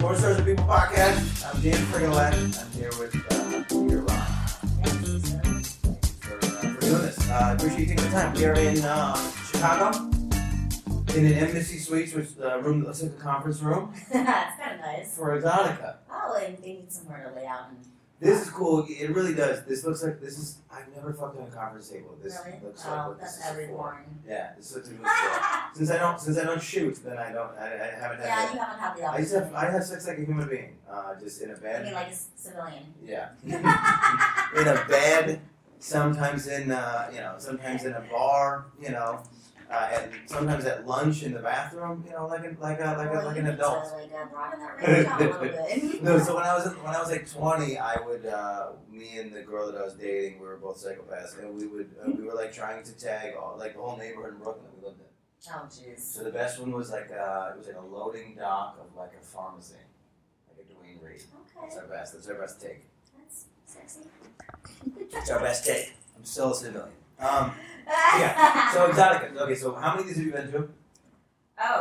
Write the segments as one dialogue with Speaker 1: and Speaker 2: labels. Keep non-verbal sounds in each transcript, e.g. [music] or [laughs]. Speaker 1: More Stars of People podcast. I'm Dan Frigolette. I'm here with uh, Peter Ron for, uh, for doing this. Uh, I appreciate you taking the time. We are in uh, Chicago in an embassy suites, which the room that looks like a conference room
Speaker 2: it's kind of nice.
Speaker 1: for Exotica.
Speaker 2: Oh, and they need somewhere to lay out. And,
Speaker 1: This is cool. It really does. This looks like this is. I've never fucked on a conference table. This
Speaker 2: really?
Speaker 1: looks like
Speaker 2: oh,
Speaker 1: what
Speaker 2: that's
Speaker 1: this is
Speaker 2: every
Speaker 1: for. [laughs]
Speaker 2: morning. [laughs]
Speaker 1: Yeah, this looks like what it's for.
Speaker 2: yeah,
Speaker 1: Since I don't, since I don't shoot, then I don't. I, I haven't had. that.
Speaker 2: you haven't had the
Speaker 1: I used to have,
Speaker 2: opportunity.
Speaker 1: I have sex like a human being, uh, just in a
Speaker 2: I mean,
Speaker 1: bed.
Speaker 2: like a s- civilian.
Speaker 1: Yeah, in a bed. Sometimes in, uh, you know, sometimes in a bar, you know, uh, and sometimes at lunch in the bathroom, you know, like a, like a, like a,
Speaker 2: Well,
Speaker 1: like
Speaker 2: you
Speaker 1: an
Speaker 2: need to,
Speaker 1: adult.
Speaker 2: like, uh, broaden
Speaker 1: [laughs]
Speaker 2: that range out a little bit. [laughs]
Speaker 1: No, so when I was when I was like twenty, I would uh, me and the girl that I was dating, we were both psychopaths, and we would uh, we were like trying to tag all like the whole neighborhood in Brooklyn that we lived in.
Speaker 2: oh, jeez.
Speaker 1: So the best one was like uh, it was like a loading dock of like a pharmacy, like a Dwayne Reed. That's
Speaker 2: Okay,
Speaker 1: our best. That's our best take.
Speaker 2: that's sexy.
Speaker 1: That's our best take. I'm still a civilian. Um,
Speaker 2: [laughs]
Speaker 1: so exotica. Okay, so how many of these have you been to?
Speaker 2: oh,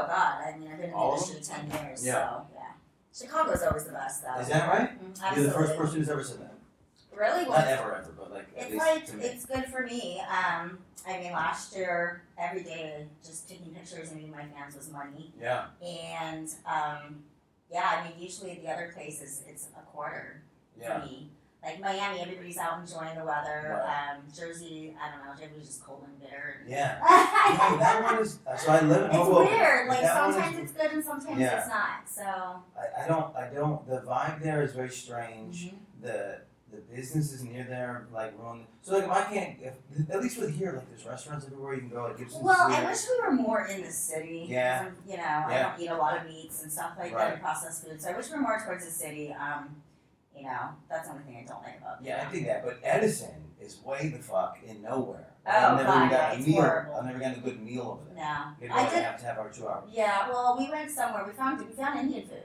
Speaker 2: God. I mean, I've been in
Speaker 1: All
Speaker 2: the
Speaker 1: of
Speaker 2: industry 10 years,
Speaker 1: Yeah.
Speaker 2: so yeah. Chicago's always the best, though.
Speaker 1: Is that right?
Speaker 2: Mhm,
Speaker 1: You're
Speaker 2: Absolutely.
Speaker 1: the first person who's ever said that.
Speaker 2: Really? Well,
Speaker 1: Not ever, ever, but like at
Speaker 2: It's
Speaker 1: least
Speaker 2: like
Speaker 1: to me.
Speaker 2: it's good for me. Um, I mean, last year every day just taking pictures and meeting my fans was money,
Speaker 1: yeah.
Speaker 2: and um, yeah, I mean, usually at the other places it's a quarter
Speaker 1: Yeah.
Speaker 2: for me. Like Miami, everybody's out enjoying the weather.
Speaker 1: Right.
Speaker 2: Um, Jersey, I don't know, Jersey's just cold and
Speaker 1: [laughs]
Speaker 2: bitter. [laughs]
Speaker 1: Yeah. No,
Speaker 2: it's
Speaker 1: that one is. uh, So I live in Hoboken.
Speaker 2: weird. Like
Speaker 1: That one
Speaker 2: sometimes
Speaker 1: is-
Speaker 2: it's good and sometimes
Speaker 1: Yeah.
Speaker 2: it's not. So
Speaker 1: I, I don't. I don't. The vibe there is very strange.
Speaker 2: Mhm.
Speaker 1: the the businesses near there like ruin. So like if I can't, if, at least with here, like there's restaurants everywhere you can go. Like Gibson's.
Speaker 2: Well, I
Speaker 1: here.
Speaker 2: wish we were more in the city. 'cause
Speaker 1: Yeah.
Speaker 2: I'm- You know, I
Speaker 1: Yeah.
Speaker 2: don't eat a lot of meats and stuff like
Speaker 1: Right.
Speaker 2: that, and processed food. So I wish we were more towards the city. Um, you know, that's the only thing I don't like about.
Speaker 1: Yeah, I
Speaker 2: Vietnam.
Speaker 1: think that. But Edison is way the fuck in nowhere. Like,
Speaker 2: Oh,
Speaker 1: I've never even
Speaker 2: God,
Speaker 1: got a
Speaker 2: it's
Speaker 1: meal.
Speaker 2: horrible.
Speaker 1: I've never gotten a good meal over there.
Speaker 2: No.
Speaker 1: Maybe
Speaker 2: I
Speaker 1: I
Speaker 2: did-
Speaker 1: have to have our two hours.
Speaker 2: Yeah. Well, we went somewhere. We found we found Indian food.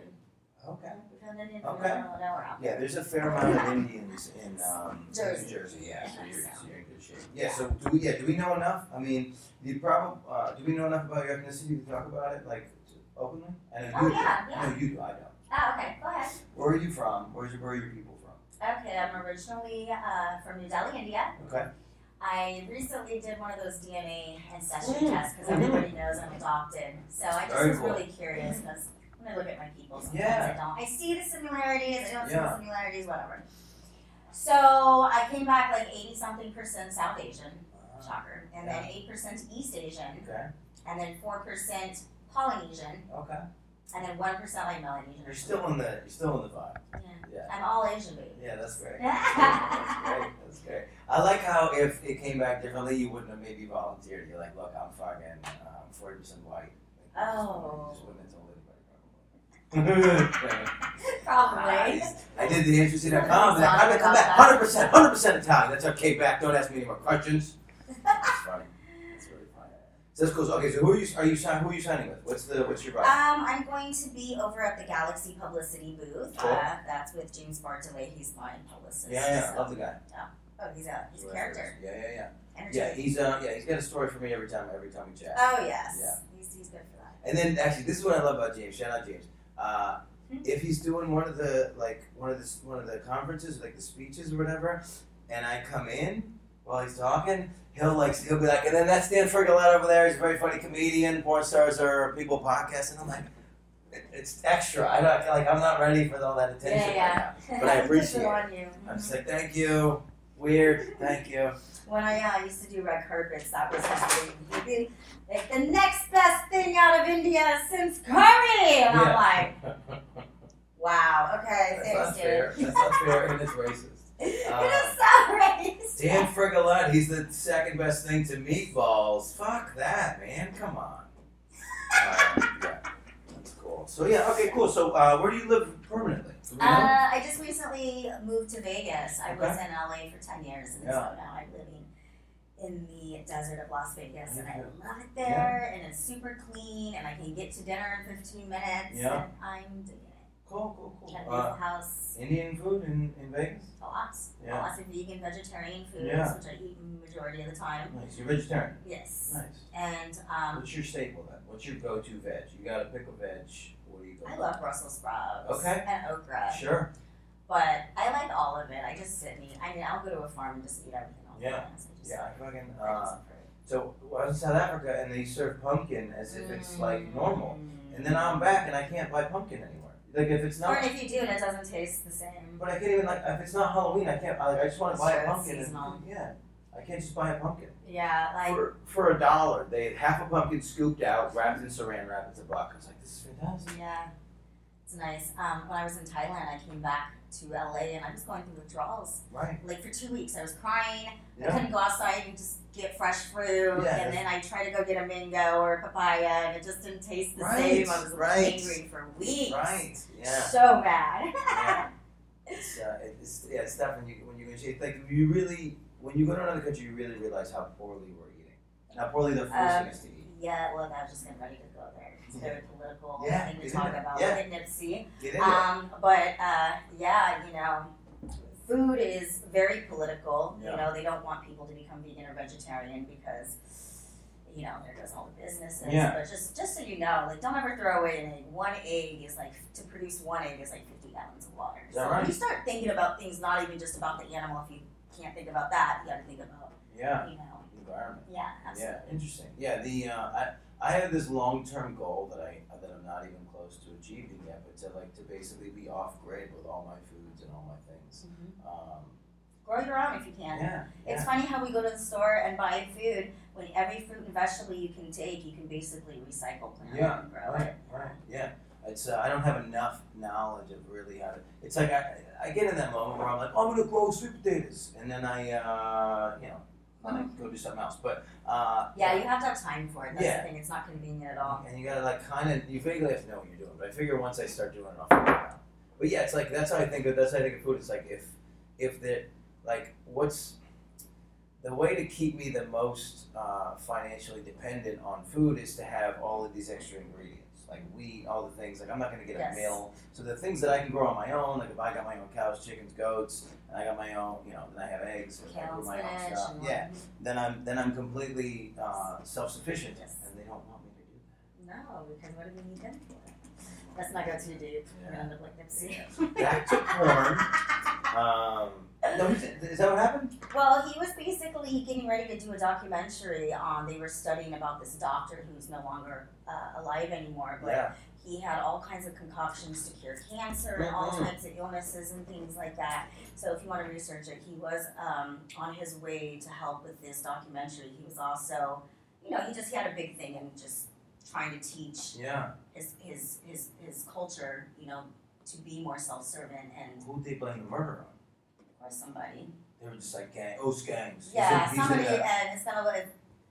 Speaker 1: Okay.
Speaker 2: We found Indian food
Speaker 1: Okay.
Speaker 2: in the middle of nowhere. out
Speaker 1: Yeah, there's a fair amount of Indians in um,
Speaker 2: Jersey.
Speaker 1: New Jersey. Yeah, so you're,
Speaker 2: Yeah.
Speaker 1: so you're in good shape. Yeah. So do we? Yeah. Do we know enough? I mean, the problem. Uh, do we know enough about your ethnicity to talk about it like openly? I know
Speaker 2: Oh,
Speaker 1: you do.
Speaker 2: yeah,
Speaker 1: I know you do. I don't.
Speaker 2: Oh, okay. Go ahead.
Speaker 1: Where are you from? Where's your, where are your people from?
Speaker 2: Okay. I'm originally uh, from New Delhi, India.
Speaker 1: Okay.
Speaker 2: I recently did one of those DNA ancestry
Speaker 1: Mm.
Speaker 2: tests because
Speaker 1: Mhm.
Speaker 2: everybody knows I'm adopted. So I just
Speaker 1: Very
Speaker 2: was
Speaker 1: cool.
Speaker 2: really curious because when I look at my people, sometimes
Speaker 1: Yeah.
Speaker 2: I don't. I see the similarities, I don't see
Speaker 1: Yeah.
Speaker 2: the similarities, whatever. So I came back like 80 something percent South Asian,
Speaker 1: Uh-huh.
Speaker 2: shocker, and then 8% East Asian,
Speaker 1: Okay.
Speaker 2: and then 4% Polynesian,
Speaker 1: Okay.
Speaker 2: and then 1% like Melanesian.
Speaker 1: You're still in the you're still in the vibe.
Speaker 2: Yeah.
Speaker 1: Yeah.
Speaker 2: I'm all Asian, baby.
Speaker 1: Yeah, that's great. That's great. That's great. I like how if it came back differently, you wouldn't have maybe volunteered. You're like, look, I'm fucking um, forty percent white. Like, you just wouldn't- you Just wouldn't have told anybody
Speaker 2: [laughs]
Speaker 1: probably.
Speaker 2: [laughs] Probably.
Speaker 1: I did the interesting.com. Like, I'm gonna come back 100 percent, 100 percent Italian. That's okay. Back. Don't ask me any more questions. That's funny. That's really funny. So that's cool. So, okay, so who are you? Are you sign, Who are you signing with? What's the? What's your vibe?
Speaker 2: Um, I'm going to be over at the Galaxy Publicity booth.
Speaker 1: Cool.
Speaker 2: Uh, that's with James Bartolet. He's my publicist.
Speaker 1: yeah, yeah,
Speaker 2: so-
Speaker 1: love the guy.
Speaker 2: Oh, he's a he's a character.
Speaker 1: Yeah, yeah, yeah. Yeah,
Speaker 2: Energetic.
Speaker 1: he's uh, yeah, he's got a story for me every time. Every time we chat.
Speaker 2: Oh yes.
Speaker 1: Yeah.
Speaker 2: He's, he's good for that.
Speaker 1: And then actually, this is what I love about James. Shout out James. Uh,
Speaker 2: Hmm.
Speaker 1: if he's doing one of the like one of the one of the conferences, like the speeches or whatever, and I come in while he's talking, he'll like he'll be like, and then that's Dan Frigolette over there. He's a very funny comedian. Porn stars are people podcast, and I'm like, it, it's extra. I don't like I'm not ready for all that attention
Speaker 2: Yeah,
Speaker 1: right
Speaker 2: yeah.
Speaker 1: now. But
Speaker 2: [laughs]
Speaker 1: I appreciate
Speaker 2: Good on you.
Speaker 1: I'm just like, thank you. Weird, thank you.
Speaker 2: When I uh, used to do red carpets, that was his thing. He'd be like the next best thing out of India since curry, and
Speaker 1: [laughs]
Speaker 2: I'm like, wow. Okay,
Speaker 1: That's
Speaker 2: thanks,
Speaker 1: not fair.
Speaker 2: dude.
Speaker 1: That's not
Speaker 2: [laughs]
Speaker 1: fair, [laughs] and it's racist.
Speaker 2: it is so racist.
Speaker 1: Dan Frigolette, he's the second best thing to meatballs. Fuck that, man. Come on. Uh, yeah, that's cool. So yeah, okay, cool. So uh, where do you live permanently? Do we know?
Speaker 2: Uh, I just recently moved to Vegas. I was in LA for 10 years, and
Speaker 1: Yeah.
Speaker 2: so now I'm living in the desert of Las Vegas, and I
Speaker 1: Yeah.
Speaker 2: love it there, and it's super clean, and I can get to dinner in 15 minutes,
Speaker 1: Yeah.
Speaker 2: and I'm digging it.
Speaker 1: cool, cool,
Speaker 2: Got a
Speaker 1: cool.
Speaker 2: beautiful
Speaker 1: Uh,
Speaker 2: house,
Speaker 1: Indian food in, in Vegas.
Speaker 2: lots,
Speaker 1: Yeah.
Speaker 2: lots of vegan, vegetarian foods,
Speaker 1: Yeah.
Speaker 2: which I eat majority of the time.
Speaker 1: Nice. You're vegetarian.
Speaker 2: Yes.
Speaker 1: Nice.
Speaker 2: And um,
Speaker 1: What's your staple then? What's your go-to veg? You gotta pick a veg. What legal.
Speaker 2: I love Brussels sprouts.
Speaker 1: Okay.
Speaker 2: And okra.
Speaker 1: Sure.
Speaker 2: But I like all of it. I just Sydney. I mean, I'll go to a farm and just eat everything. all the
Speaker 1: Yeah.
Speaker 2: time, so I just-
Speaker 1: Yeah, I fucking.
Speaker 2: I
Speaker 1: Uh,
Speaker 2: just approve.
Speaker 1: so I was in South Africa and they serve pumpkin as if it's like normal,
Speaker 2: Mm.
Speaker 1: and then I'm back and I can't buy pumpkin anywhere. Like if it's
Speaker 2: Or
Speaker 1: not,
Speaker 2: if you do and it doesn't taste the same.
Speaker 1: but I can't even like if it's not Halloween, I can't. I, I just want to buy
Speaker 2: Sure,
Speaker 1: a
Speaker 2: it's
Speaker 1: pumpkin. and-
Speaker 2: seasonal.
Speaker 1: yeah, I can't just buy a pumpkin.
Speaker 2: Yeah, like
Speaker 1: for, for a dollar, they had half a pumpkin scooped out, wrapped in saran wrap. It's a buck. I was like, this is fantastic.
Speaker 2: yeah, it's nice. Um, when I was in Thailand, I came back to LA and I was going through withdrawals.
Speaker 1: Right.
Speaker 2: Like for two weeks, I was crying. I
Speaker 1: Yeah.
Speaker 2: couldn't go outside and just get fresh fruit.
Speaker 1: Yeah.
Speaker 2: And then I tried to go get a mango or a papaya, and it just didn't taste the
Speaker 1: Right,
Speaker 2: same. I was
Speaker 1: right.
Speaker 2: angry for weeks.
Speaker 1: Right.
Speaker 2: [laughs]
Speaker 1: Yeah.
Speaker 2: So mad.
Speaker 1: yeah. It's, uh, it's yeah, it's tough when you when you go it's like you really when you go to another country, you really realize how poorly we're eating and how poorly they're forcing
Speaker 2: Um,
Speaker 1: us to eat.
Speaker 2: yeah, well, I was just getting ready to go there. It's a
Speaker 1: Yeah.
Speaker 2: very political
Speaker 1: Yeah,
Speaker 2: thing to
Speaker 1: isn't
Speaker 2: talk
Speaker 1: it?
Speaker 2: about
Speaker 1: Yeah.
Speaker 2: with Nipsey.
Speaker 1: Get in it.
Speaker 2: Um, but uh, yeah, you know, food is very political.
Speaker 1: Yeah.
Speaker 2: You know, they don't want people to become vegan or vegetarian because. You know, there goes all the businesses.
Speaker 1: Yeah.
Speaker 2: But just just so you know, like don't ever throw away an egg. One egg is like to produce one egg is like fifty gallons of water.
Speaker 1: Is
Speaker 2: So
Speaker 1: that
Speaker 2: when
Speaker 1: right?
Speaker 2: you start thinking about things not even just about the animal, if you can't think about that, you gotta think about
Speaker 1: Yeah.
Speaker 2: you know
Speaker 1: Environment.
Speaker 2: yeah,
Speaker 1: Yeah.
Speaker 2: absolutely.
Speaker 1: Interesting. Yeah. The uh, I I have this long term goal that I that I'm not even close to achieving yet, but to like to basically be off grid with all my foods and all my things.
Speaker 2: Mhm.
Speaker 1: Um,
Speaker 2: Grow your own if you can.
Speaker 1: yeah. yeah.
Speaker 2: It's funny how we go to the store and buy food when every fruit and vegetable you can take, you can basically recycle plant
Speaker 1: Yeah,
Speaker 2: and grow
Speaker 1: Right,
Speaker 2: it.
Speaker 1: right, yeah. It's uh, I don't have enough knowledge of really how to. It's like I, I get in that moment where I'm like, "Oh, I'm gonna grow sweet potatoes, and then I, uh, you know, then I go do something else. But uh,
Speaker 2: Yeah, you have to have time for it. That's
Speaker 1: Yeah.
Speaker 2: the thing. It's not convenient at all.
Speaker 1: and you gotta like kind of you vaguely have to know what you're doing. But I figure once I start doing it, I'll figure it out. But yeah, it's like that's how I think of that's how I think of food. It's like if if the like what's the way to keep me the most uh, financially dependent on food is to have all of these extra ingredients, like wheat, all the things. Like I'm not gonna get
Speaker 2: Yes.
Speaker 1: a meal, so the things that I can grow on my own, like if I got my own cows, chickens, goats, and I got my own, you know, then I have eggs, and I
Speaker 2: Kale,
Speaker 1: grow my own
Speaker 2: spinach,
Speaker 1: stuff.
Speaker 2: and
Speaker 1: Yeah, then I'm then I'm completely uh, self-sufficient,
Speaker 2: Yes.
Speaker 1: and they don't want me to do that.
Speaker 2: No, because what do we need them for? Let's not go too deep. We're gonna end up like Nipsey.
Speaker 1: back to porn. Um, no, is, is that what happened?
Speaker 2: [laughs] Well, he was basically getting ready to do a documentary on. They were studying about this doctor who's no longer uh, alive anymore, but
Speaker 1: Yeah.
Speaker 2: He had all kinds of concoctions to cure cancer and all
Speaker 1: Mhm.
Speaker 2: types of illnesses and things like that. So if you want to research it, he was um, on his way to help with this documentary. He was also, you know, he just he had a big thing and just trying to teach
Speaker 1: Yeah.
Speaker 2: his his his, his culture, you know, to be more self-servant and
Speaker 1: Who they blame the murder on?
Speaker 2: or somebody.
Speaker 1: They were just like gang. Oh, it's gangs. He's
Speaker 2: Yeah,
Speaker 1: a- he's
Speaker 2: somebody
Speaker 1: A,
Speaker 2: and it's not a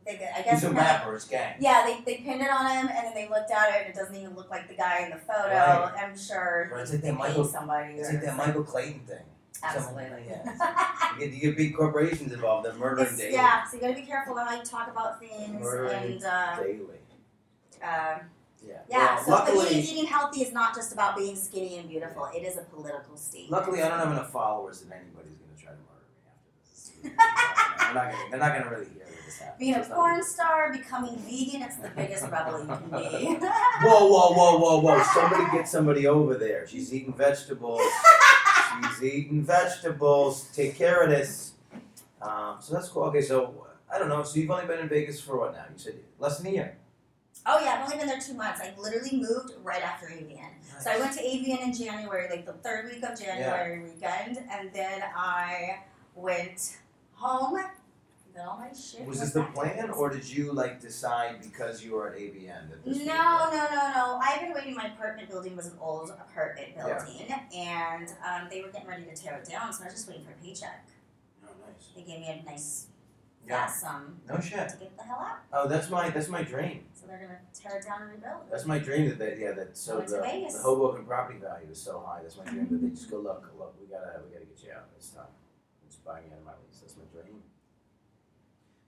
Speaker 2: they, I guess
Speaker 1: he's a
Speaker 2: you know,
Speaker 1: rapper. It's gang.
Speaker 2: Yeah, they, they pinned it on him, and then they looked at it, and it doesn't even look like the guy in the photo.
Speaker 1: Right.
Speaker 2: I'm sure
Speaker 1: Right, it's
Speaker 2: they
Speaker 1: like that
Speaker 2: paid
Speaker 1: Michael-
Speaker 2: somebody.
Speaker 1: It's
Speaker 2: or-
Speaker 1: like that Michael Clayton thing.
Speaker 2: Absolutely.
Speaker 1: Someone-
Speaker 2: [laughs]
Speaker 1: yeah. You get, you get big corporations involved. They're murdering
Speaker 2: It's-
Speaker 1: daily.
Speaker 2: yeah, so you gotta be careful about how you talk about things,
Speaker 1: Murdering
Speaker 2: and uh,
Speaker 1: Daily.
Speaker 2: uh,
Speaker 1: Yeah.
Speaker 2: yeah.
Speaker 1: Well,
Speaker 2: so E
Speaker 1: luckily,
Speaker 2: eating, eating healthy is not just about being skinny and beautiful. It is a political statement.
Speaker 1: luckily, I don't have enough followers that anybody's gonna try to murder me after this. [laughs] they're not gonna. They're not gonna really hear that this happened.
Speaker 2: Being
Speaker 1: [laughs]
Speaker 2: a
Speaker 1: It's not-
Speaker 2: porn star, becoming vegan, it's the biggest rebel you can
Speaker 1: [laughs] Whoa,
Speaker 2: be. [laughs]
Speaker 1: whoa, whoa, whoa, whoa. Somebody get somebody over there. She's eating vegetables. She's eating vegetables. Take care of this. Um, so that's cool. Okay, so I don't know. So you've only been in Vegas for what now? You said less than a year.
Speaker 2: oh yeah, I've only been there two months. I literally moved right after AVN. So I went to Avian in January, like the third week of January weekend, and then I went home. Then all my shit.
Speaker 1: Was
Speaker 2: went
Speaker 1: this the
Speaker 2: back to
Speaker 1: plan,
Speaker 2: Vegas.
Speaker 1: or did you like decide because you were at ABN that this?
Speaker 2: No,
Speaker 1: was
Speaker 2: no, no, no. I've been waiting. My apartment building was an old apartment
Speaker 1: Yeah.
Speaker 2: building, and um, they were getting ready to tear it down, so I was just waiting for a paycheck.
Speaker 1: Oh, nice. they
Speaker 2: They gave me a nice
Speaker 1: Yeah.
Speaker 2: fat sum
Speaker 1: No shit.
Speaker 2: to get the hell out.
Speaker 1: Oh, that's my that's my dream.
Speaker 2: So they're gonna tear it down and rebuild.
Speaker 1: That's my dream that they, yeah that
Speaker 2: I
Speaker 1: so
Speaker 2: went to
Speaker 1: the,
Speaker 2: Vegas.
Speaker 1: the Hoboken property value is so high. That's my dream that they just go look look we gotta we gotta get you out this time. Just buying you out of my lease. That's my dream.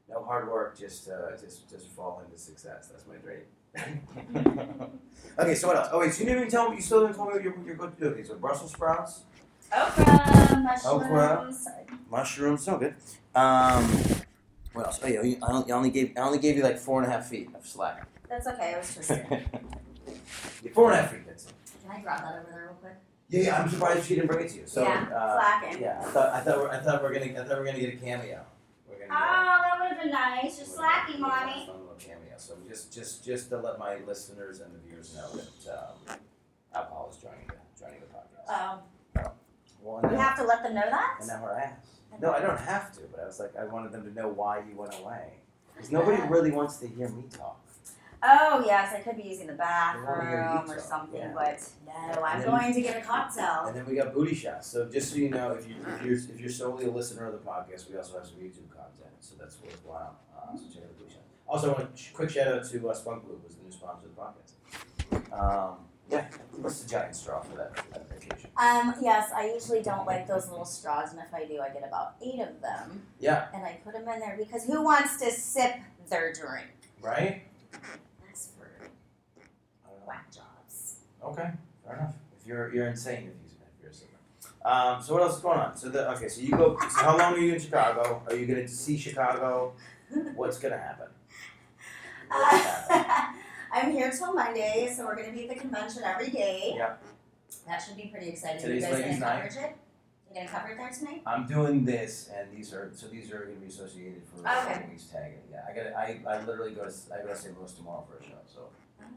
Speaker 1: No hard work, just uh, just just fall into success. That's my [laughs] dream. okay, so what else? Oh wait, so you didn't even tell me. You still didn't tell me what you're, what you're going to do. Okay, so Brussels sprouts,
Speaker 2: Okra, mushrooms.
Speaker 1: mushrooms, so good. Um, what else? Oh yeah, you- I only- I only gave I only gave you like four and a half feet of slack. [laughs]
Speaker 2: That's okay. I was twisted.
Speaker 1: Yeah, Four and a half feet, that's it.
Speaker 2: I draw that over there real quick?
Speaker 1: Yeah, yeah, I'm surprised she didn't bring it to you. So,
Speaker 2: Yeah,
Speaker 1: uh,
Speaker 2: Slacking.
Speaker 1: yeah, I thought, I thought, we're, I thought we're gonna, I thought we're gonna get a cameo. We're gonna get a-
Speaker 2: Oh, that would have been nice. You're
Speaker 1: we're
Speaker 2: slacking,
Speaker 1: gonna get a
Speaker 2: mommy.
Speaker 1: fun little cameo. So just, just, just to let my listeners and the viewers know that um, alcohol is joining the, joining the podcast.
Speaker 2: Oh,
Speaker 1: Well,
Speaker 2: we
Speaker 1: and now,
Speaker 2: have to let them know that.
Speaker 1: and now we're asked. No, I don't have to, but I was like, I wanted them to know why you went away. Because nobody really wants to hear me talk.
Speaker 2: Oh yes, I could be using the
Speaker 1: Well, you're
Speaker 2: bathroom or
Speaker 1: neutral,
Speaker 2: something,
Speaker 1: yeah.
Speaker 2: but no, I'm
Speaker 1: And then-
Speaker 2: going to get a cocktail.
Speaker 1: And then we got booty shots. So just so you know, if you if you're if you're solely a listener of the podcast, we also have some YouTube content, so that's worthwhile. Uh, so check out the booty shots. Also, I want a sh- quick shout out to uh, Spunk Blue, who's the new sponsor of the podcast. Um, yeah, that's a giant straw for that, for that vacation.
Speaker 2: Um, yes, I usually don't like those little straws, and if I do, I get about eight of them,
Speaker 1: Yeah,
Speaker 2: and I put them in there because who wants to sip their drink?
Speaker 1: right.
Speaker 2: That's for
Speaker 1: I don't
Speaker 2: whack jobs. [laughs]
Speaker 1: know. Okay, fair enough. If you're you're insane, if you if you're a singer. Um, so what else is going on? So the okay, so you go. So how long are you in Chicago? Are you gonna see Chicago? What's gonna happen? What's gonna happen?
Speaker 2: Uh, I'm here till Monday, so we're gonna be at the convention every day.
Speaker 1: Yeah.
Speaker 2: That should be pretty exciting.
Speaker 1: Today's
Speaker 2: you guys
Speaker 1: ladies'
Speaker 2: gonna
Speaker 1: night.
Speaker 2: coverage it? You gonna cover it there tonight?
Speaker 1: I'm doing this, and these are so these are gonna be associated for
Speaker 2: Okay.
Speaker 1: these tagging. Yeah, I got I, I literally go to s- I go to St. Louis tomorrow for a show, so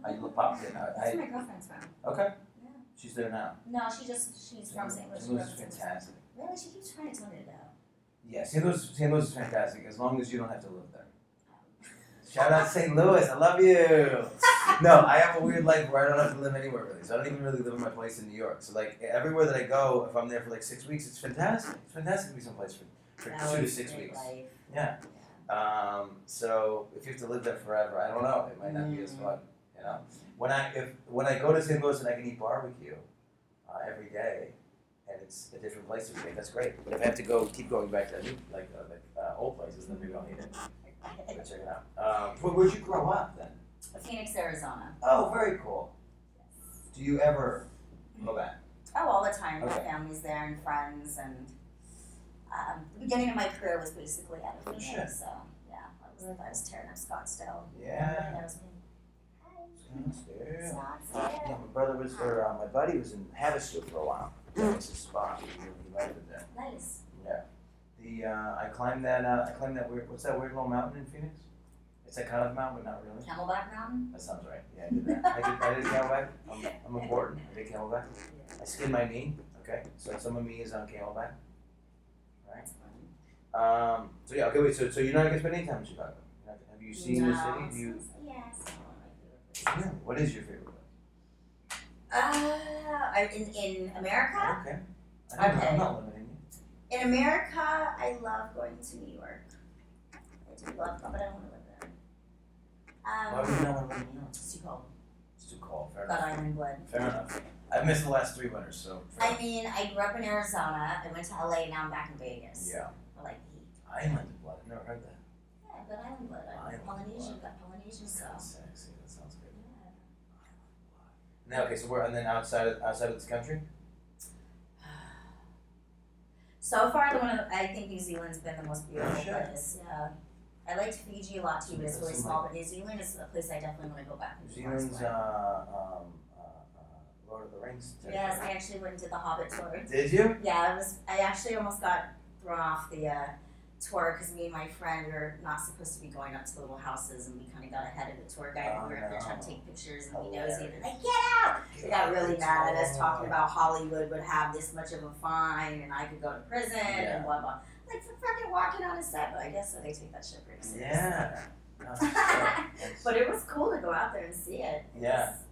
Speaker 1: I l- popped in.
Speaker 2: That's
Speaker 1: I,
Speaker 2: where my girlfriend's from.
Speaker 1: I okay.
Speaker 2: Yeah.
Speaker 1: She's there now.
Speaker 2: No, she just she's from St. Louis.
Speaker 1: is
Speaker 2: She lives in St. Louis.
Speaker 1: fantastic.
Speaker 2: Really, she keeps trying to tell me to go.
Speaker 1: Yeah, St. Louis St. Louis is fantastic as long as you don't have to live there. Shout out St. Louis, I love you.
Speaker 2: [laughs]
Speaker 1: No, I have a weird life where I don't have to live anywhere really. So I don't even really live in my place in New York. So like everywhere that I go, if I'm there for like six weeks, it's fantastic. It's fantastic to be someplace for, for
Speaker 2: That
Speaker 1: two to
Speaker 2: was
Speaker 1: six
Speaker 2: great
Speaker 1: weeks.
Speaker 2: life.
Speaker 1: Yeah.
Speaker 2: Yeah.
Speaker 1: Um, so if you have to live there forever, I don't know. It might not be as
Speaker 2: Mm.
Speaker 1: fun, you know. When I if when I go to St. Louis and I can eat barbecue uh, every day, and it's a different place every day, that's great. But if I have to go keep going back to new, like uh, the uh, old places, then maybe I'll hate it. Go check it out. Um, where, where'd you grow up then?
Speaker 2: [laughs] Phoenix, Arizona.
Speaker 1: Oh, very cool. Do you ever go back?
Speaker 2: Oh, all the time. My
Speaker 1: Okay.
Speaker 2: family's there and friends, and um, the beginning of my career was basically
Speaker 1: Oh,
Speaker 2: out of Phoenix.
Speaker 1: Sure.
Speaker 2: So yeah, I was I was tearing up Scottsdale.
Speaker 1: Yeah.
Speaker 2: Everybody knows me.
Speaker 1: Yeah.
Speaker 2: Scottsdale.
Speaker 1: Yeah, my brother was there. Uh, my buddy was in Havasu for a while. That was his spot. He, he landed there.
Speaker 2: Nice.
Speaker 1: Yeah. The uh, I climbed that uh, I climbed that weird what's that weird little mountain in Phoenix? It's that kind of mountain, but not really.
Speaker 2: Camelback Mountain.
Speaker 1: That sounds right. Yeah, I did that. I did, I did camelback. I'm, I'm important. I did camelback. I skinned my knee. Okay, so some of me is on camelback.
Speaker 2: That's fun.
Speaker 1: Um. So yeah. Okay. Wait. So so you're not gonna spend any time in Chicago. You're not- Have you seen the
Speaker 2: No.
Speaker 1: city? Do you?
Speaker 2: Yes. One of my favorite places.
Speaker 1: Really? What is your favorite? place?
Speaker 2: Uh, I- in in America.
Speaker 1: Okay. I don't know. I'm
Speaker 2: Okay.
Speaker 1: not limiting you.
Speaker 2: In America, I love going to New York. I do love going, but I don't want to live there.
Speaker 1: Why would you
Speaker 2: Um,
Speaker 1: not want to live in New York?
Speaker 2: it's too cold.
Speaker 1: It's too cold. Fair
Speaker 2: That
Speaker 1: enough.
Speaker 2: island would.
Speaker 1: Fair enough. I've missed the last three winters, so.
Speaker 2: I mean, I grew up in Arizona. I went to LA. Now I'm back in Vegas.
Speaker 1: yeah.
Speaker 2: I like the heat.
Speaker 1: Island of blood. I've never heard that.
Speaker 2: Yeah, but island would. I'm
Speaker 1: Island
Speaker 2: Polynesian.
Speaker 1: would.
Speaker 2: Got Polynesian
Speaker 1: Sounds
Speaker 2: stuff.
Speaker 1: Sexy. That sounds good.
Speaker 2: Yeah.
Speaker 1: Now, okay, so we're and then outside of outside of this country.
Speaker 2: So far, the one of, I think New Zealand's been the most beautiful
Speaker 1: Sure.
Speaker 2: place. Yeah. I liked Fiji a lot too, but it's really
Speaker 1: That's
Speaker 2: small. But New Zealand is a place I definitely want to go back and
Speaker 1: New
Speaker 2: do more
Speaker 1: Zealand's uh, um,
Speaker 2: exploring.
Speaker 1: uh, uh, Lord of the Rings.
Speaker 2: Yes, I
Speaker 1: territory.
Speaker 2: actually went and did the Hobbit tour.
Speaker 1: Did you?
Speaker 2: Yeah, I was. I actually almost got thrown off the uh, tour because me and my friend were not supposed to be going up to the little houses, and we kind of got ahead of the tour guide. and we were up there trying to take pictures,
Speaker 1: Oh,
Speaker 2: and he knows it. And like, get out! They got really mad at us talking about Hollywood would have this much of a fine, and I could go to prison
Speaker 1: Yeah.
Speaker 2: and blah blah. Like for fucking walking on a set, but I guess so they take that shit pretty serious.
Speaker 1: Yeah. No, sure. That's-
Speaker 2: [laughs] But it was cool to go out there and see it. It
Speaker 1: Yeah.
Speaker 2: was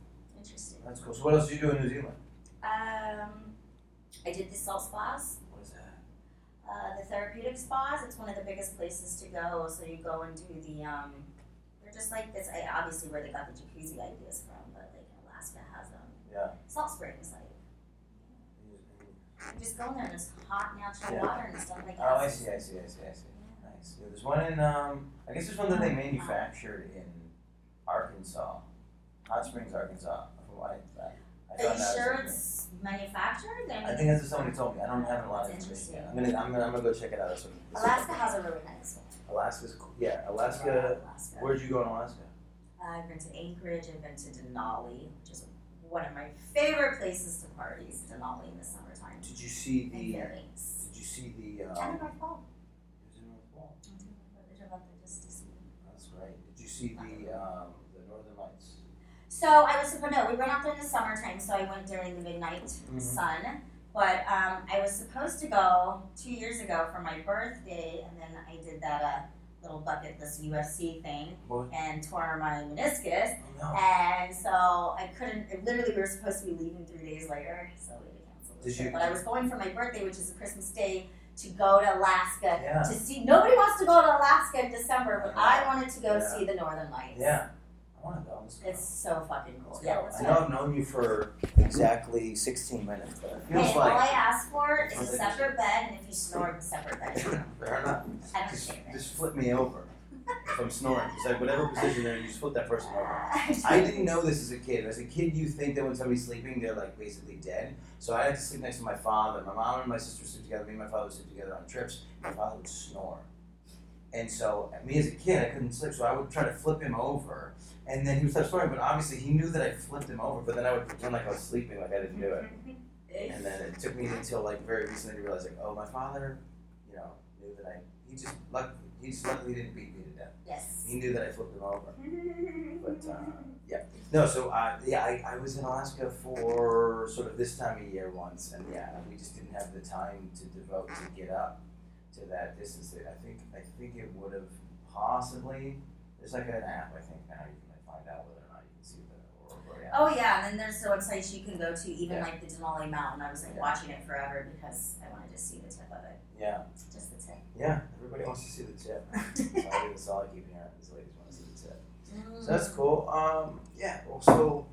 Speaker 2: Interesting.
Speaker 1: That's cool. So what else did you do in New Zealand?
Speaker 2: Um, I did the salt spas.
Speaker 1: What is that?
Speaker 2: Uh, the therapeutic spas. It's one of the biggest places to go. So you go and do the. Um, they're just like this. I obviously where they got the jacuzzi ideas from, but like Alaska has them.
Speaker 1: Yeah.
Speaker 2: Salt springs, like you just go in there and it's hot natural
Speaker 1: Yeah.
Speaker 2: water and stuff like that.
Speaker 1: Oh, I see. I see. I see. I see. Nice. Yeah, there's one in. Um, I guess there's one that they manufactured in Arkansas, Hot Springs, Arkansas. From what I, I, I
Speaker 2: Are
Speaker 1: found
Speaker 2: you
Speaker 1: out
Speaker 2: sure
Speaker 1: something.
Speaker 2: it's manufactured? I mean,
Speaker 1: I think that's what somebody told me. I don't have a lot of
Speaker 2: That's
Speaker 1: information.
Speaker 2: interesting.
Speaker 1: yet. I'm gonna, I'm gonna, I'm gonna go check it out. That's what- that's what-
Speaker 2: Alaska has a really nice one.
Speaker 1: Alaska's, cool. yeah, Alaska.
Speaker 2: Alaska. Uh,
Speaker 1: Where'd you go in Alaska?
Speaker 2: I've been to Anchorage. I've been to Denali, which is one of my favorite places to party is Denali in the summertime.
Speaker 1: Did you see
Speaker 2: And
Speaker 1: the?
Speaker 2: Fairbanks.
Speaker 1: Did you see the? Um,
Speaker 2: And the North Pole.
Speaker 1: is it North Pole?
Speaker 2: I don't know what they're about, they're just decent.
Speaker 1: That's right. Did you see the um, the Northern Lights?
Speaker 2: So I was supposed no, we went out there in the summertime, so I went during the midnight
Speaker 1: Mhm.
Speaker 2: sun. But um, I was supposed to go two years ago for my birthday, and then I did that uh, little bucket this UFC thing
Speaker 1: What?
Speaker 2: and tore my meniscus,
Speaker 1: Oh no.
Speaker 2: and so I couldn't. I literally, we were supposed to be leaving three days later, so we had to cancel the
Speaker 1: Did
Speaker 2: trip.
Speaker 1: you-
Speaker 2: But I was going for my birthday, which is a Christmas day, to go to Alaska
Speaker 1: Yeah.
Speaker 2: to see. Nobody wants to go to Alaska in December, but I wanted to go
Speaker 1: Yeah.
Speaker 2: see the Northern Lights.
Speaker 1: Yeah. I want to go. Let's go.
Speaker 2: It's so fucking cool.
Speaker 1: Let's
Speaker 2: Yeah,
Speaker 1: go.
Speaker 2: let's
Speaker 1: I
Speaker 2: go.
Speaker 1: know I've known you for exactly 16 minutes, but it feels
Speaker 2: Okay, all I
Speaker 1: like.
Speaker 2: ask for is a separate bed, and if you snore, a separate bed.
Speaker 1: Fair enough.
Speaker 2: I don't
Speaker 1: Just,
Speaker 2: care.
Speaker 1: just flip me
Speaker 2: [laughs]
Speaker 1: over. If I'm snoring, it's like whatever position they're in, you just flip that person over.
Speaker 2: [laughs]
Speaker 1: I
Speaker 2: Uh,
Speaker 1: didn't know this as a kid. As a kid, you think that when somebody's sleeping, they're like basically dead. So I had to sleep next to my father. My mom and my sister sleep together. Me and my father would sleep together on trips. My father would snore. And so, uh, me as a kid, I couldn't sleep. So I would try to flip him over. And then he would start snoring. But obviously, he knew that I flipped him over. But then I would pretend like I was sleeping, like I didn't do it. And then it took me until like very recently to realize, like, oh, my father, you know, knew that I. He just luck. He just luckily didn't beat me to death.
Speaker 2: Yes.
Speaker 1: He knew that I flipped him over. But uh, yeah, no. So uh, yeah, I, I was in Alaska for sort of this time of year once, and yeah, we just didn't have the time to devote to get up to that distance. I think I think it would have possibly. There's like an app I think now you can like find out whether or not you can see the aurora borealis.
Speaker 2: Oh yeah, and then there's the websites you can go to, even
Speaker 1: Yeah.
Speaker 2: like the Denali Mountain. I was like
Speaker 1: Yeah.
Speaker 2: watching it forever because I wanted to see the tip of it,
Speaker 1: Yeah,
Speaker 2: just the tip.
Speaker 1: yeah. Everybody wants to see the tip. so I think that's all I keep hearing is ladies want to see the tip. [laughs]
Speaker 2: Mm-hmm.
Speaker 1: So that's cool. Um, yeah. Well, so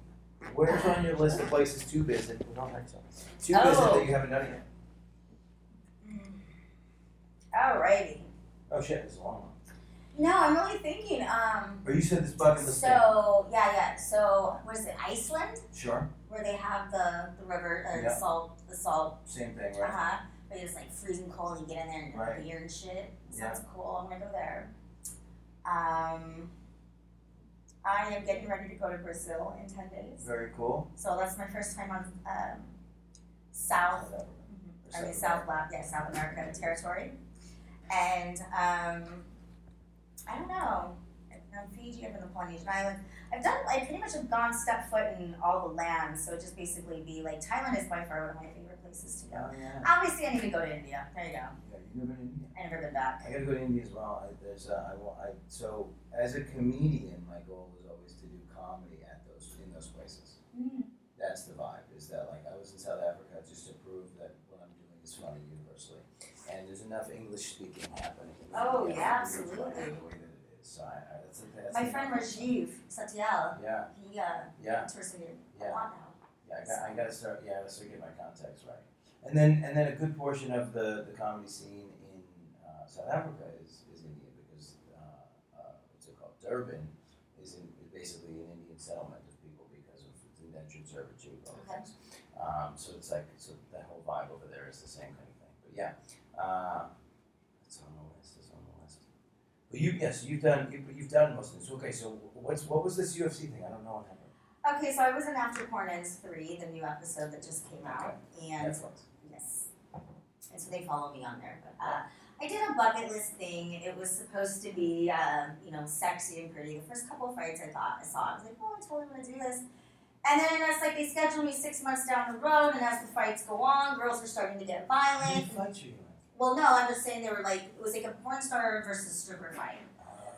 Speaker 1: where's on your list of places to visit? We don't have some. To visit
Speaker 2: Oh.
Speaker 1: that you haven't done yet.
Speaker 2: Alrighty.
Speaker 1: Oh shit, it's a long one.
Speaker 2: No, I'm really thinking. Um.
Speaker 1: Or you said this bucket list. thing.
Speaker 2: So yeah, yeah. So what is it? Iceland,
Speaker 1: Sure,
Speaker 2: where they have the the river, uh, the
Speaker 1: Yeah.
Speaker 2: salt, the salt
Speaker 1: same thing,
Speaker 2: Uh
Speaker 1: right?
Speaker 2: huh. But it's like freezing cold and you get in there and drink
Speaker 1: Right.
Speaker 2: beer and shit. Sounds cool. I'm gonna go there. Um, I am getting ready to go to Brazil in ten days.
Speaker 1: Very cool.
Speaker 2: So that's my first time on um, South. Mm-hmm.
Speaker 1: Whatever.
Speaker 2: I mean South Lab, yeah, South America territory. And um, I don't know. I've done Fiji, I've been to Polynesian Island. I've done. I pretty much have gone step foot in all the lands. So it just basically be like Thailand is by far one of my favorite places to go.
Speaker 1: Oh yeah.
Speaker 2: Obviously, I need to go to India. There you go.
Speaker 1: Yeah, you never been to India.
Speaker 2: I never been back.
Speaker 1: I gotta go to India as well. I, there's uh, I, wa- I so as a comedian, my goal was always to do comedy at those in those places.
Speaker 2: Mm.
Speaker 1: That's the vibe. Is that like I was in South Africa just to prove that what I'm doing is funny universally, and there's enough English speaking happening. in
Speaker 2: Oh,
Speaker 1: India for
Speaker 2: yeah,
Speaker 1: it to be funny
Speaker 2: absolutely.
Speaker 1: The way that it is. So I, I, that's, that's
Speaker 2: My friend Rajiv Satyal,
Speaker 1: Yeah,
Speaker 2: he uh,
Speaker 1: yeah,
Speaker 2: tours me a
Speaker 1: yeah.
Speaker 2: lot now.
Speaker 1: Yeah, I got, I gotta start. Yeah, I gotta start getting my contacts right. And then, and then a good portion of the, the comedy scene in uh, South Africa is, is Indian because uh, uh, what's it called? Durban is, in, is basically an Indian settlement of people because of indentured servitude. All the
Speaker 2: Okay.
Speaker 1: things. Um, so it's like so that whole vibe over there is the same kind of thing. But yeah, uh, it's on the list. It's on the list. But you yes, you've done you, you've done most of this. Okay, so what's what was this UFC thing? I don't know what happened.
Speaker 2: Okay, so I was in After Pornins 3, the new episode that just came out. And
Speaker 1: Netflix.
Speaker 2: yes. And so they follow me on there. But uh, I did a bucket list thing. It was supposed to be, uh, you know, sexy and pretty. The first couple of fights I thought I saw, I was like, oh, I totally want to do this. And then it's like they schedule me six months down the road, and as the fights go on, girls are starting to get violent.
Speaker 1: Who fights you?
Speaker 2: Well, no, I'm just saying they were like it was like a porn star versus stripper fight.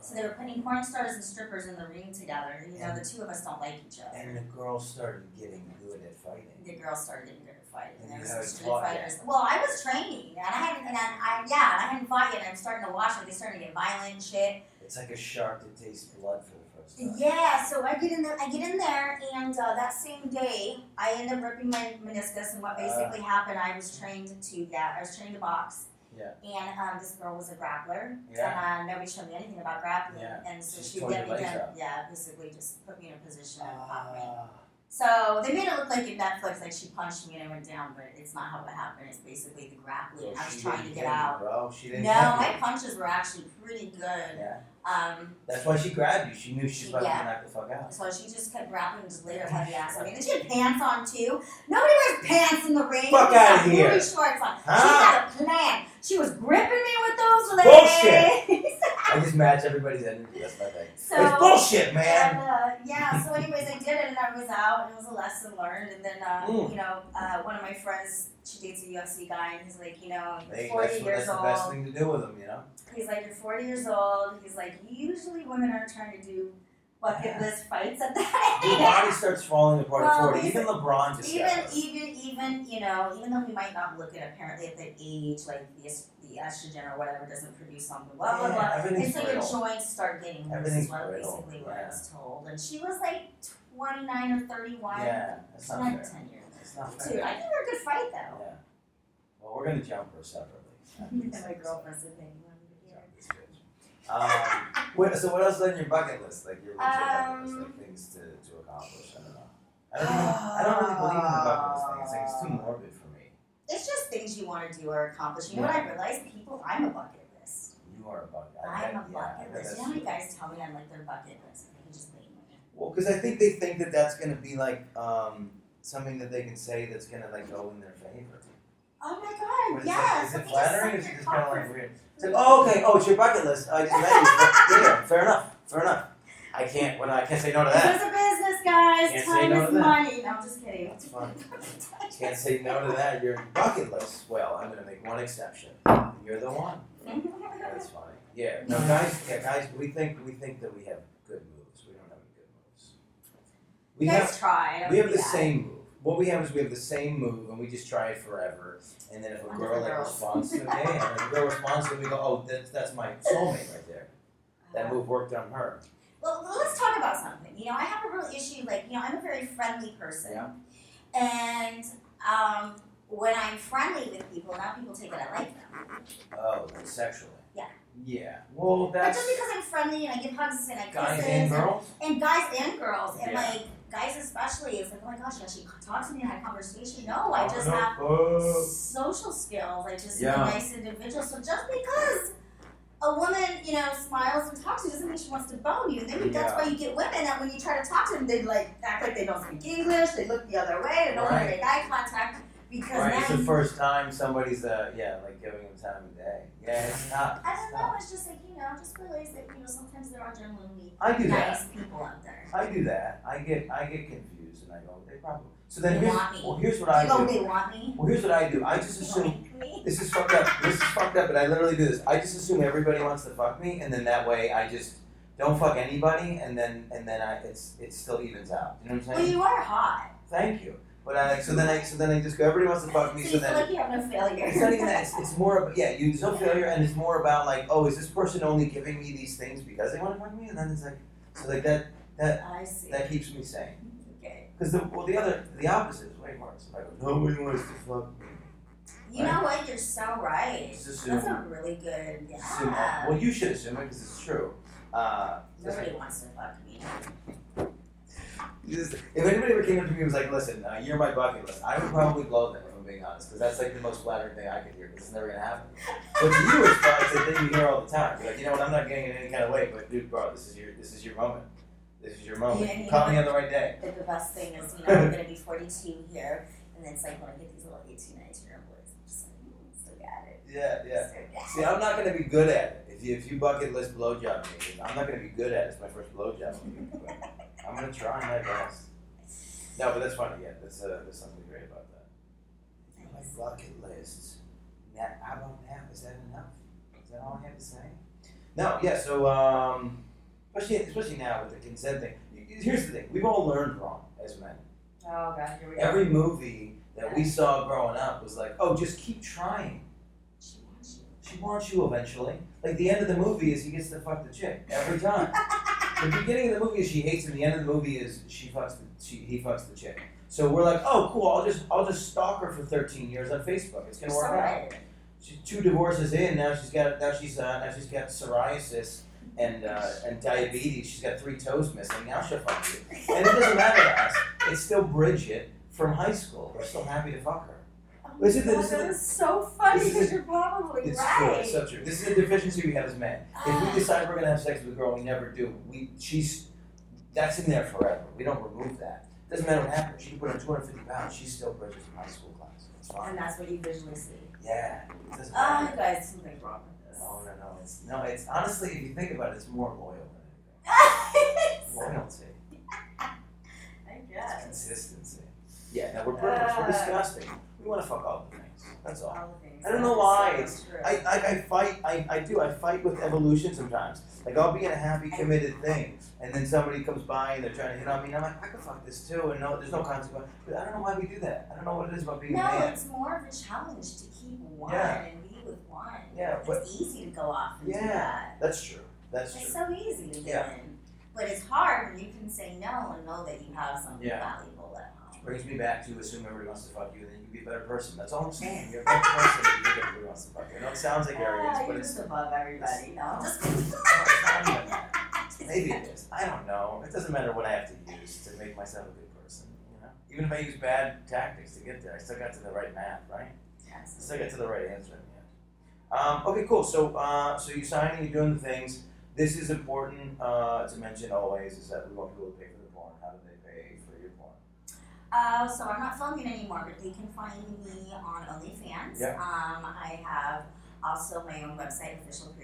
Speaker 2: So they were putting porn stars and strippers in the ring together. and, You know, the two of us don't like each other.
Speaker 1: And the girls started getting good at fighting.
Speaker 2: The girls started getting good at fighting. And there was
Speaker 1: Yeah,
Speaker 2: some
Speaker 1: it's
Speaker 2: street
Speaker 1: fought
Speaker 2: fighters. Well, I was training, and I hadn't, and I, I yeah, and I hadn't fought yet. And I'm starting to watch it. They started to get violent and shit.
Speaker 1: It's like a shark that tastes blood for the first time.
Speaker 2: Yeah, so I get in the, I get in there, and uh, that same day, I end up ripping my meniscus. And
Speaker 1: Ah.
Speaker 2: what basically happened, I was trained to yeah, I was trained to box.
Speaker 1: Yeah.
Speaker 2: And um, this girl was a grappler,
Speaker 1: Yeah.
Speaker 2: and uh, nobody showed me anything about grappling,
Speaker 1: Yeah.
Speaker 2: and so
Speaker 1: She
Speaker 2: she
Speaker 1: tore
Speaker 2: would get
Speaker 1: your
Speaker 2: me
Speaker 1: legs
Speaker 2: down.
Speaker 1: up.
Speaker 2: Yeah, basically just put me in a position and pop me.
Speaker 1: Ah,
Speaker 2: So they made it look like in Netflix, like she punched me and I went down, but it's not how it happened. It's basically the grappling.
Speaker 1: Well,
Speaker 2: I
Speaker 1: she
Speaker 2: was trying to
Speaker 1: didn't
Speaker 2: get
Speaker 1: hit you,
Speaker 2: out.
Speaker 1: Bro, she
Speaker 2: No,
Speaker 1: didn't hit you.
Speaker 2: my punches were actually pretty good.
Speaker 1: Yeah.
Speaker 2: Um,
Speaker 1: That's why she grabbed you. She knew she was about
Speaker 2: Yeah.
Speaker 1: to knock the fuck out.
Speaker 2: so she just kept grappling and just laid her heavy ass on me. And then she had pants on too. Nobody wears pants in the ring.
Speaker 1: Fuck
Speaker 2: She had
Speaker 1: outta here.
Speaker 2: booty shorts on. She
Speaker 1: Huh?
Speaker 2: had a plan. She was gripping me with those legs.
Speaker 1: Bullshit.
Speaker 2: [laughs]
Speaker 1: I just match everybody's energy. That's my thing.
Speaker 2: So
Speaker 1: it's bullshit,
Speaker 2: And,
Speaker 1: man.
Speaker 2: uh, yeah, so anyways, I did it and I was out and it was a lesson learned. And then, uh,
Speaker 1: Mm.
Speaker 2: you know, uh, one of my friends, she dates a UFC guy and he's like, you know, you're
Speaker 1: They,
Speaker 2: 40
Speaker 1: that's, what-
Speaker 2: years
Speaker 1: that's the best
Speaker 2: old.
Speaker 1: thing to do with them, you know?
Speaker 2: He's like, you're 40 years old. He's like, usually women are trying to do bucket
Speaker 1: Yeah.
Speaker 2: list fights at that
Speaker 1: Your
Speaker 2: [laughs]
Speaker 1: body starts falling apart
Speaker 2: Well,
Speaker 1: at 40. Even LeBron just
Speaker 2: even e-
Speaker 1: got it.
Speaker 2: even even you know even though we might not look at apparently at the age like the, es- the estrogen or whatever doesn't produce something blah blah
Speaker 1: Yeah,
Speaker 2: blah
Speaker 1: everything's
Speaker 2: it's like your
Speaker 1: brittle.
Speaker 2: joints start getting worse is
Speaker 1: Everything's
Speaker 2: what
Speaker 1: brittle,
Speaker 2: basically what I was told and she was like 29 or 31
Speaker 1: Yeah, that's
Speaker 2: it's
Speaker 1: not
Speaker 2: not
Speaker 1: fair.
Speaker 2: 10 years
Speaker 1: It's not
Speaker 2: dude
Speaker 1: fair.
Speaker 2: I think we're a good fight
Speaker 1: Yeah.
Speaker 2: though
Speaker 1: Well, we're going to jump her separately.
Speaker 2: [laughs] and my girlfriend said "Hey, you want me to be here?"
Speaker 1: Jump this bitch. Um, what, so what else is on your bucket list? Like your legit bucket list,
Speaker 2: Um,
Speaker 1: like things to, to accomplish. I don't know. I don't, know. I don't really believe in the bucket list thing. It's like it's too morbid for me.
Speaker 2: it's just things you want to do or accomplish you know
Speaker 1: Yeah.
Speaker 2: what I realized people I'm a bucket list
Speaker 1: You are a bucket. I,
Speaker 2: I'm a
Speaker 1: bet- yeah, I
Speaker 2: bucket
Speaker 1: bet
Speaker 2: list. You
Speaker 1: that's
Speaker 2: know how many
Speaker 1: true.
Speaker 2: guys tell me I'm like their bucket list? They can just leave me.
Speaker 1: Well, because I think they think that that's going to be like um, something that they can say that's going to like go in their favor.
Speaker 2: Oh my
Speaker 1: What
Speaker 2: god,
Speaker 1: is
Speaker 2: yes.
Speaker 1: it? Is it
Speaker 2: let
Speaker 1: flattering?
Speaker 2: me
Speaker 1: Or is
Speaker 2: just
Speaker 1: it
Speaker 2: suck
Speaker 1: just kind
Speaker 2: your
Speaker 1: of
Speaker 2: cock.
Speaker 1: like weird? It's like, oh, okay, oh, it's your bucket list. I just met you. But, yeah, fair enough. Fair enough. I can't. When I can't say no to
Speaker 2: This
Speaker 1: that.
Speaker 2: is a business, guys.
Speaker 1: Can't say
Speaker 2: Time
Speaker 1: no
Speaker 2: is
Speaker 1: to that.
Speaker 2: money. No, I'm just kidding.
Speaker 1: That's fine. Can't say no to that. You're bucket list. Well, I'm going to make one exception. You're the one. [laughs] That's funny. Yeah. No, guys. Yeah, guys. We think we think that we have good moves. We don't have any good moves. We
Speaker 2: you
Speaker 1: have
Speaker 2: guys try. I don't
Speaker 1: We have
Speaker 2: do
Speaker 1: the
Speaker 2: that.
Speaker 1: same move. What we have is we have the same move, and we just try it forever. And then if a
Speaker 2: Wonderful
Speaker 1: girl like
Speaker 2: girls.
Speaker 1: responds to it, yeah, yeah, if a girl responds to it, we go, oh, that's that's my soulmate right there. That
Speaker 2: Uh-huh.
Speaker 1: move worked on her.
Speaker 2: Well, let's talk about something. You know, I have a real issue. Like, you know, I'm a very friendly person.
Speaker 1: Yeah.
Speaker 2: And um, when I'm friendly with people, now people take it I like them.
Speaker 1: Oh, like sexually.
Speaker 2: Yeah.
Speaker 1: Yeah. Well,
Speaker 2: But
Speaker 1: that's
Speaker 2: just because I'm friendly and I give hugs and I kiss
Speaker 1: guys and girls.
Speaker 2: and guys and girls, and
Speaker 1: Yeah.
Speaker 2: like guys especially, it's like, oh my gosh, you actually talk to me and had a conversation. No, I just
Speaker 1: Oh,
Speaker 2: have
Speaker 1: oh.
Speaker 2: social skills. I just
Speaker 1: Yeah.
Speaker 2: am a nice individual. So just because a woman, you know, smiles and talks to you doesn't mean she wants to bone you. And then that's
Speaker 1: Yeah.
Speaker 2: why you get women that when you try to talk to them, they like act like they don't speak English. They look the other way. They don't want
Speaker 1: Right.
Speaker 2: to make eye contact because
Speaker 1: Right, it's
Speaker 2: now
Speaker 1: the
Speaker 2: you-
Speaker 1: first time somebody's uh yeah like giving them time of day. Yeah, it's not.
Speaker 2: I
Speaker 1: it's
Speaker 2: don't
Speaker 1: not.
Speaker 2: know. It's just like you know, just realize that you know sometimes there are genuinely
Speaker 1: I do that.
Speaker 2: nice people out there.
Speaker 1: I do that. I get I get confused and I go they probably. So then
Speaker 2: They
Speaker 1: here's
Speaker 2: want me.
Speaker 1: well here's what
Speaker 2: They
Speaker 1: I
Speaker 2: go,
Speaker 1: do.
Speaker 2: they want me.
Speaker 1: Well here's what I do. I just
Speaker 2: They
Speaker 1: assume
Speaker 2: don't like me.
Speaker 1: This is fucked up. This is fucked up, but I literally do this. I just assume everybody wants to fuck me, and then that way I just don't fuck anybody, and then and then I it's it still evens out. You know what I'm
Speaker 2: Well,
Speaker 1: saying?
Speaker 2: you are hot.
Speaker 1: Thank you. But I so then I so then I just go. Everybody wants to fuck
Speaker 2: So
Speaker 1: me,
Speaker 2: you
Speaker 1: so
Speaker 2: feel
Speaker 1: then
Speaker 2: like you have no failure.
Speaker 1: it's not even that. It's, it's more about yeah. You there's no failure, and it's more about like oh, is this person only giving me these things because they want to fuck me? And then it's like so like that
Speaker 2: [laughs] I see.
Speaker 1: that keeps me sane.
Speaker 2: Okay.
Speaker 1: Because the well the other the opposite is way worse. Like nobody wants to fuck me.
Speaker 2: You know what? You're so right.
Speaker 1: It's just
Speaker 2: That's a really good.
Speaker 1: Assume that.
Speaker 2: Yeah.
Speaker 1: Well, you should assume it because it's true. Uh, just-
Speaker 2: Nobody wants to fuck me.
Speaker 1: just- if anybody ever came up to me and was like, listen, uh, you're my bucket list, I would probably blow them, if I'm being honest, because that's like the most flattering thing I could hear, 'cause it's never going to happen. But to you, it's, probably- it's a thing you hear all the time. You're like, you know what, I'm not getting in any kind of way, but dude, bro, this is your, this is your moment. This is your moment.
Speaker 2: Yeah, yeah.
Speaker 1: Call me on the right day.
Speaker 2: But [laughs] the best thing is, you know, I'm gonna be 42 here, and then it's like when I get these little 18, 19 year old boys, I'm just like, mm, still got it.
Speaker 1: Yeah, yeah.
Speaker 2: Still got
Speaker 1: See, I'm not going to be good at it. If you, if you bucket list blowjob me, I'm not going to be good at it. It's my first blowjob.
Speaker 2: [laughs]
Speaker 1: But I'm going to try my best. No, but that's funny. Yeah, that's, uh, there's something great about that.
Speaker 2: it.
Speaker 1: My
Speaker 2: Nice.
Speaker 1: bucket list. Now, I don't have. Is that enough? Is that all I have to say? No. Yeah. So, um, especially especially now with the consent thing. You- you- Here's the thing: we've all learned wrong as men.
Speaker 2: Oh god, here we go.
Speaker 1: Every movie that we saw growing up was like, "Oh, just keep trying."
Speaker 2: she wants you.
Speaker 1: She wants you eventually. Like the end of the movie is he gets to fuck the chick every time. the beginning of the movie is she hates him. The end of the movie is she fucks the she, he fucks the chick. So we're like, oh cool, I'll just I'll just stalk her for 13 years on Facebook. It's
Speaker 2: You're
Speaker 1: gonna
Speaker 2: so
Speaker 1: work out.
Speaker 2: right.
Speaker 1: She's two divorces in now. She's got now she's uh, now she's got psoriasis and uh, and diabetes. She's got three toes missing. Now she'll fuck you. And it doesn't
Speaker 2: [laughs]
Speaker 1: matter to us. It's still Bridget from high school. We're still happy to fuck her.
Speaker 2: Oh
Speaker 1: This is the- this is
Speaker 3: that
Speaker 1: the-
Speaker 3: is so funny
Speaker 1: this is
Speaker 3: because you're probably
Speaker 1: It's true.
Speaker 3: right.
Speaker 1: It's so true. This is a deficiency we have as men.
Speaker 2: Ah.
Speaker 1: If we decide we're gonna have sex with a girl, we never do. We she's that's in there forever. We don't remove that. Doesn't matter what happens. She can put on 250 pounds. She's still Bridget from high school class. It's
Speaker 2: and
Speaker 1: fine.
Speaker 2: that's what you visually see.
Speaker 1: Yeah. It doesn't
Speaker 2: Oh,
Speaker 1: matter.
Speaker 2: guys, something's wrong with
Speaker 1: No,
Speaker 2: [laughs]
Speaker 1: no, no. It's no. It's honestly, if you think about it, it's more loyal than
Speaker 2: this.
Speaker 1: anything. Loyalty.
Speaker 3: I
Speaker 1: It's
Speaker 3: guess.
Speaker 1: consistency. Yeah. No, we're perverts.
Speaker 3: Uh.
Speaker 1: we're disgusting. We want to fuck all the things. That's all.
Speaker 3: All the things.
Speaker 1: I don't know
Speaker 3: That is
Speaker 1: why
Speaker 3: so
Speaker 1: it's-
Speaker 3: true.
Speaker 1: I, I, I fight, I, I do, I fight with evolution sometimes. Like, I'll be in a happy, committed thing, and then somebody comes by and they're trying to hit on me, and I'm like, I could fuck this too, and no, there's no consequence. But I don't know why we do that. I don't know what it is about being a
Speaker 2: No,
Speaker 1: man.
Speaker 2: it's more of a challenge to keep one
Speaker 1: Yeah.
Speaker 2: and be with one.
Speaker 1: Yeah, but-
Speaker 2: it's easy to go off and do
Speaker 1: Yeah.
Speaker 2: that.
Speaker 1: That's true. That's
Speaker 2: It's
Speaker 1: true.
Speaker 2: so easy to do.
Speaker 1: Yeah.
Speaker 2: But it's hard when you can say no and know that you have something
Speaker 1: Yeah.
Speaker 2: valuable at home.
Speaker 1: Brings me back to assume everybody wants to fuck you, and then you'd be a better person. That's all I'm saying. You're a better person if you think everybody wants to fuck you. I know it sounds like arrogance,
Speaker 3: Ah,
Speaker 1: but
Speaker 3: you're
Speaker 1: it's,
Speaker 3: just above everybody. No.
Speaker 2: Just
Speaker 1: no, it's not even that. Maybe it is. I don't know. It doesn't matter what I have to use to make myself a good person. You know, even if I use bad tactics to get there, I still got to the right math, right? I still got to the right answer in the end. Um, okay, cool. So, uh, so you're signing, you're doing the things. This is important uh, to mention always is that we want people to pay for the porn. How do they pay for your porn?
Speaker 2: Uh, so I'm not filming anymore, but they can find me on OnlyFans.
Speaker 1: Yeah.
Speaker 2: Um, I have also my own website,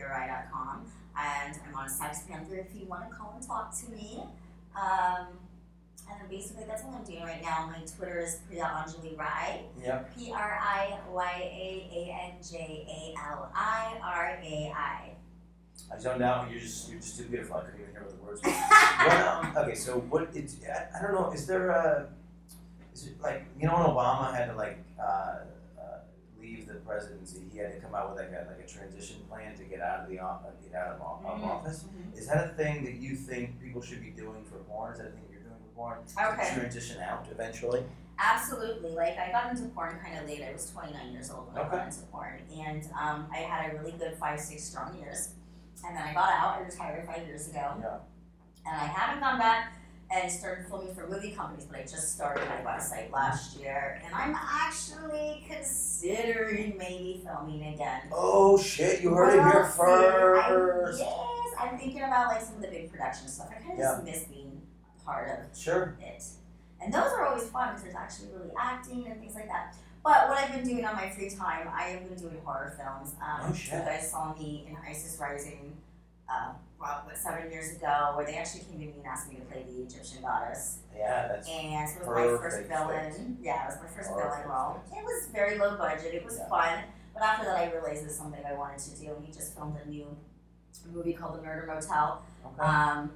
Speaker 2: officialcareereye.com, and I'm on Sex Panther if you want to call and talk to me. Um, and then basically that's all I'm doing right now. My Twitter is Priya Anjali Rai,
Speaker 1: Yep.
Speaker 2: P R I Y A A N J A L I R A I.
Speaker 1: I zoned out. and You're just you're just too beautiful. I couldn't even hear what the
Speaker 2: [laughs]
Speaker 1: words. were. what, um, okay, so what? It, I, I don't know. Is there a? Is it like you know when Obama had to like uh, uh, leave the presidency, he had to come out with like a like a transition plan to get out of the off, get out of, of
Speaker 2: Mm-hmm.
Speaker 3: Mhm.
Speaker 1: office.
Speaker 3: Mhm.
Speaker 1: Is that a thing that you think people should be doing for porn? Is that a thing you're doing for porn? To
Speaker 2: Okay.
Speaker 1: transition out eventually.
Speaker 2: Absolutely. Like I got into porn kind of late. I was 29 years old when I
Speaker 1: Okay.
Speaker 2: got into porn, and um, I had a really good five, six strong years. And then I got out. I retired five years ago,
Speaker 1: Yeah.
Speaker 2: and I haven't gone back and started filming for movie companies. But I just started my website last year, and I'm actually considering maybe filming again.
Speaker 1: Oh shit! You heard it
Speaker 2: Well,
Speaker 1: here
Speaker 2: see, I'm-
Speaker 1: first.
Speaker 2: yes, I'm thinking about like some of the big production stuff. I kind of just miss being part of
Speaker 1: Sure.
Speaker 2: it. And those are always fun because there's actually really acting and things like that. But what I've been doing on my free time, I have been doing horror films. Um,
Speaker 1: Oh, shit.
Speaker 2: You guys saw me in Isis Rising, uh, well, what, seven years ago, where they actually came to me and asked me to play the Egyptian goddess.
Speaker 1: Yeah, that's
Speaker 2: And so it was my first
Speaker 1: Perfect
Speaker 2: villain.
Speaker 1: fit.
Speaker 2: Yeah, it was my first
Speaker 1: Perfect
Speaker 2: villain role.
Speaker 1: fit.
Speaker 2: It was very low budget. It was
Speaker 1: Yeah.
Speaker 2: fun. But after that, I realized it was something I wanted to do. And we just filmed a new movie called The Murder Motel.
Speaker 1: okay.
Speaker 2: Um,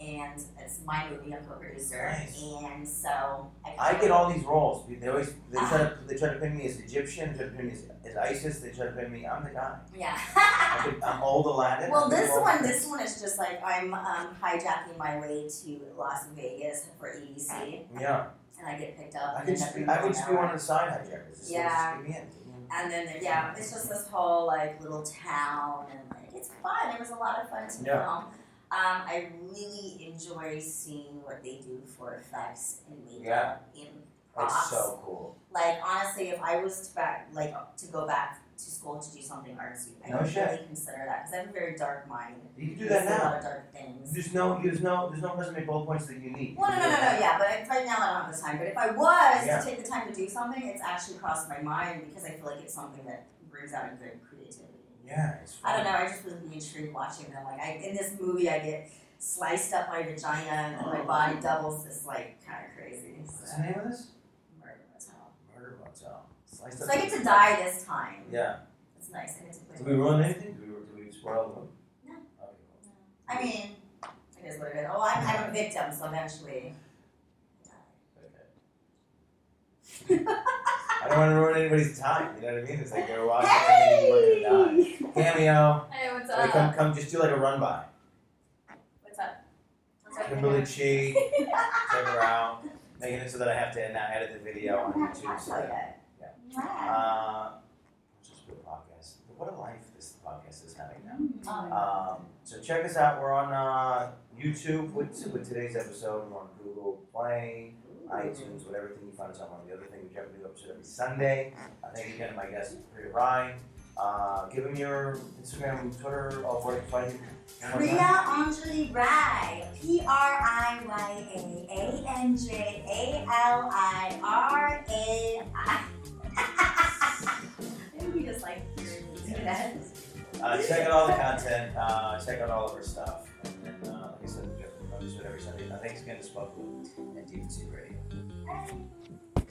Speaker 2: and it's my movie. I'm co-producer,
Speaker 1: Nice.
Speaker 2: and so I,
Speaker 1: I get all these roles. They always they try to they try to pin me as Egyptian, they try to pin me as, as ISIS, they try to pin me. I'm the guy.
Speaker 2: yeah. [laughs]
Speaker 1: I could, I'm old Aladdin.
Speaker 2: well,
Speaker 1: I'm the
Speaker 2: this
Speaker 1: old-
Speaker 2: one, this one is just like I'm um, hijacking my way to Las Vegas for ABC,
Speaker 1: Yeah,
Speaker 2: and I get picked up.
Speaker 1: I
Speaker 2: and
Speaker 1: could
Speaker 2: end
Speaker 1: just
Speaker 2: up
Speaker 1: be
Speaker 2: in
Speaker 1: I could just be
Speaker 2: Monaco.
Speaker 1: one of the side hijackers. Just
Speaker 2: Yeah.
Speaker 1: Just give me in. Give me in.
Speaker 2: And then there- yeah, it's just this whole like little town, and like it's fun. It was a lot of fun to
Speaker 1: Yeah.
Speaker 2: film. Um, I really enjoy seeing what they do for effects and makeup and props.
Speaker 1: It's so cool.
Speaker 2: Like honestly, if I was to back, like to go back to school to do something artsy, I
Speaker 1: No
Speaker 2: would
Speaker 1: shit.
Speaker 2: really consider that because I have a very dark mind.
Speaker 1: You can do
Speaker 2: I
Speaker 1: that
Speaker 2: see A lot
Speaker 1: now.
Speaker 2: of dark things.
Speaker 1: There's no there's no there's no resume bullet points that you need.
Speaker 2: Well, no,
Speaker 1: You
Speaker 2: no,
Speaker 1: can
Speaker 2: no,
Speaker 1: do
Speaker 2: no,
Speaker 1: that.
Speaker 2: yeah, but if- right now I don't have the time. But if I was
Speaker 1: Yeah.
Speaker 2: to take the time to do something, it's actually crossed my mind because I feel like it's something that brings out a good creativity.
Speaker 1: Yeah, it's
Speaker 2: I don't
Speaker 1: fun.
Speaker 2: know. I just was intrigued watching them. Like I, in this movie, I get sliced up my vagina and then my
Speaker 1: Oh.
Speaker 2: body doubles. It's like kind of crazy.
Speaker 1: What's
Speaker 2: So,
Speaker 1: the name of this?
Speaker 2: murder motel.
Speaker 1: Murder Motel. Slice
Speaker 2: So
Speaker 1: up
Speaker 2: I get to die this time.
Speaker 1: Yeah.
Speaker 2: It's nice. I get to play.
Speaker 1: Did we ruin anything? Did we, did we spoil the
Speaker 2: No.
Speaker 1: movie? Okay, cool.
Speaker 2: I mean, it is what it is. Oh, I'm, I'm a victim, so eventually.
Speaker 1: Okay. I don't want to ruin anybody's time. You know what I mean? It's like they're watching and then you're
Speaker 2: Hey!
Speaker 1: gonna die. Cameo.
Speaker 3: Hey, what's
Speaker 1: Or come,
Speaker 3: up?
Speaker 1: come, just do like a run by.
Speaker 3: What's up? What's up?
Speaker 1: Kimberly Chi, check her out. Making it so that I have to now edit the video on YouTube. So that, uh, let's just do a podcast. What a life this podcast is having now. Um, so check us out. We're on uh, YouTube with, with today's episode. We're on Google Play, iTunes, whatever thing you find us on. The other thing we check a new episode every Sunday. I thank again to my guest, Priya Ryan. Uh, give them your Instagram, Twitter, all for it. Find
Speaker 2: Priya
Speaker 1: uh,
Speaker 2: Anjali Rai, P R I Y A A N J A L I R A I. [laughs]
Speaker 3: Maybe we just like hearing these guys.
Speaker 1: Uh, check out all the content. Uh, check out all of our stuff. And then, uh, like I said, we do an episode every Sunday. Uh, thanks again to Spud Blue and DVC Radio.
Speaker 3: Hey.